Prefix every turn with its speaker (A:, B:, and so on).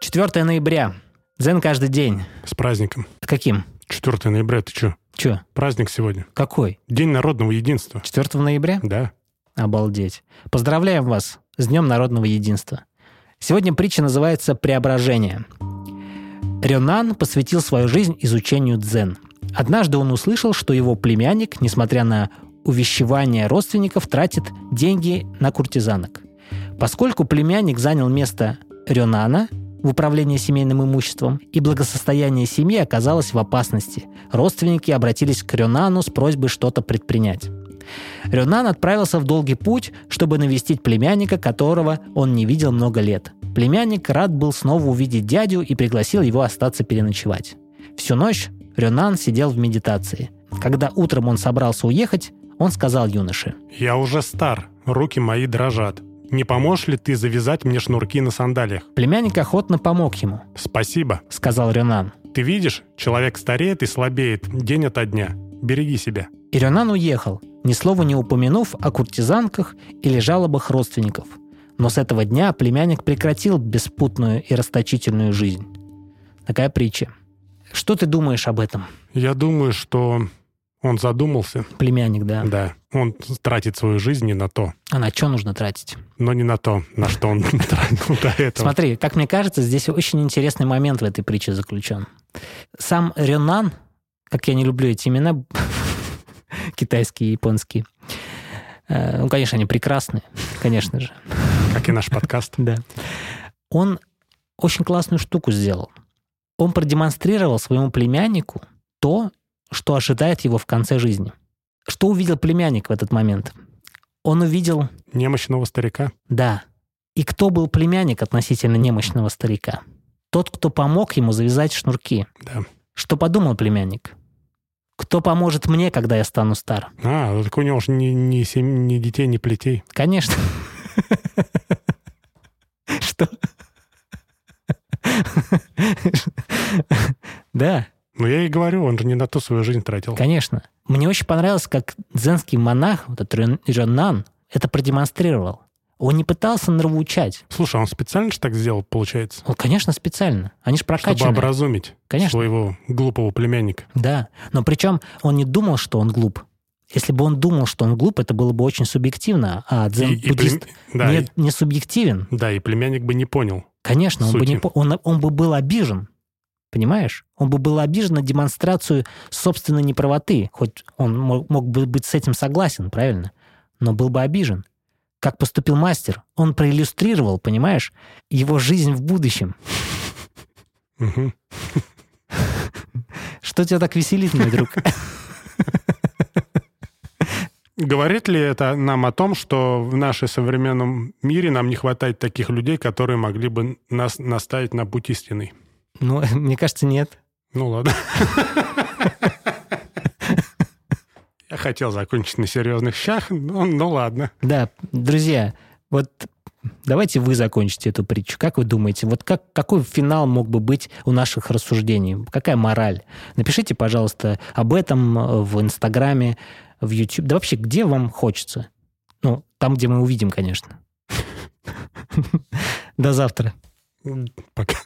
A: 4 ноября. Дзен каждый день.
B: С праздником.
A: Каким?
B: 4 ноября, ты чё?
A: Чё?
B: Праздник сегодня.
A: Какой?
B: День народного единства.
A: 4 ноября?
B: Да.
A: Обалдеть. Поздравляем вас с Днем Народного Единства. Сегодня притча называется «Преображение». Рёнан посвятил свою жизнь изучению дзен. Однажды он услышал, что его племянник, несмотря на увещевание родственников, тратит деньги на куртизанок. Поскольку племянник занял место Рёнана в управлении семейным имуществом, и благосостояние семьи оказалось в опасности, родственники обратились к Рёнану с просьбой что-то предпринять. Рёнан отправился в долгий путь, чтобы навестить племянника, которого он не видел много лет. Племянник рад был снова увидеть дядю и пригласил его остаться переночевать. Всю ночь Рёнан сидел в медитации. Когда утром он собрался уехать, он сказал юноше.
B: Я уже стар, руки мои дрожат. Не поможешь ли ты завязать мне шнурки на сандалиях?
A: Племянник охотно помог ему,
B: Спасибо.
A: сказал Рёнан.
B: Ты видишь, человек стареет и слабеет день ото дня. Береги себя.
A: И Рёнан уехал, ни слова не упомянув о куртизанках или жалобах родственников. Но с этого дня племянник прекратил беспутную и расточительную жизнь. Такая притча. Что ты думаешь об этом,
B: Я думаю, что он задумался.
A: племянник, да?
B: Да. Он тратит свою жизнь не на то.
A: А на что нужно тратить?
B: Но не на то, на что он тратил до этого.
A: Смотри, как мне кажется, здесь очень интересный момент в этой притче заключен. Сам Рёнан, как я не люблю эти имена, китайские, японские, э, ну, конечно, они прекрасны, конечно же.
B: Как и наш подкаст.
A: Да. Он очень классную штуку сделал. Он продемонстрировал своему племяннику то, что ожидает его в конце жизни. Что увидел племянник в этот момент? Он увидел,
B: Немощного старика.
A: да, и кто был племянник относительно немощного старика? Тот, кто помог ему завязать шнурки.
B: Да.
A: Что подумал племянник? Кто поможет мне, когда я стану стар?
B: А, так у него же ни, ни сем- ни детей, ни плетей.
A: Конечно. Что? Да,
B: Ну, я и говорю, он же не на ту свою жизнь тратил.
A: конечно. Мне очень понравилось, как дзенский монах, вот этот Рен- Ренан, это продемонстрировал. Он не пытался нравоучать.
B: Слушай, а он специально же так сделал, получается?
A: Он, конечно, специально. Они же
B: Чтобы
A: прокачаны.
B: образумить
A: Конечно.
B: своего глупого племянника.
A: Да, но причем он не думал, что он глуп. Если бы он думал, что он глуп, это было бы очень субъективно, а
B: И- и
A: дзен-буддист
B: плем- да,
A: не- не субъективен.
B: и- да, и племянник бы не понял.
A: Конечно, он бы, не,
B: Сути.
A: по- он, он бы был обижен. Понимаешь? Он бы был обижен на демонстрацию собственной неправоты. Хоть он мо- мог бы быть с этим согласен, правильно? Но был бы обижен. Как поступил мастер? Он проиллюстрировал, понимаешь, его жизнь в будущем.
B: Мгм.
A: Что тебя так веселит, мой друг?
B: Говорит ли это нам о том, что в нашем современном мире нам не хватает таких людей, которые могли бы нас наставить на путь истинный?
A: Ну, мне кажется, нет.
B: Ну ладно. Я хотел закончить на серьезных щах, но ну ладно.
A: Да, друзья, вот давайте вы закончите эту притчу. Как вы думаете, вот как, какой финал мог бы быть у наших рассуждений? Какая мораль? Напишите, пожалуйста, об этом э, в Инстаграме, в YouTube. Да вообще, где вам хочется? Ну, там, где мы увидим, конечно. До завтра.
B: Пока.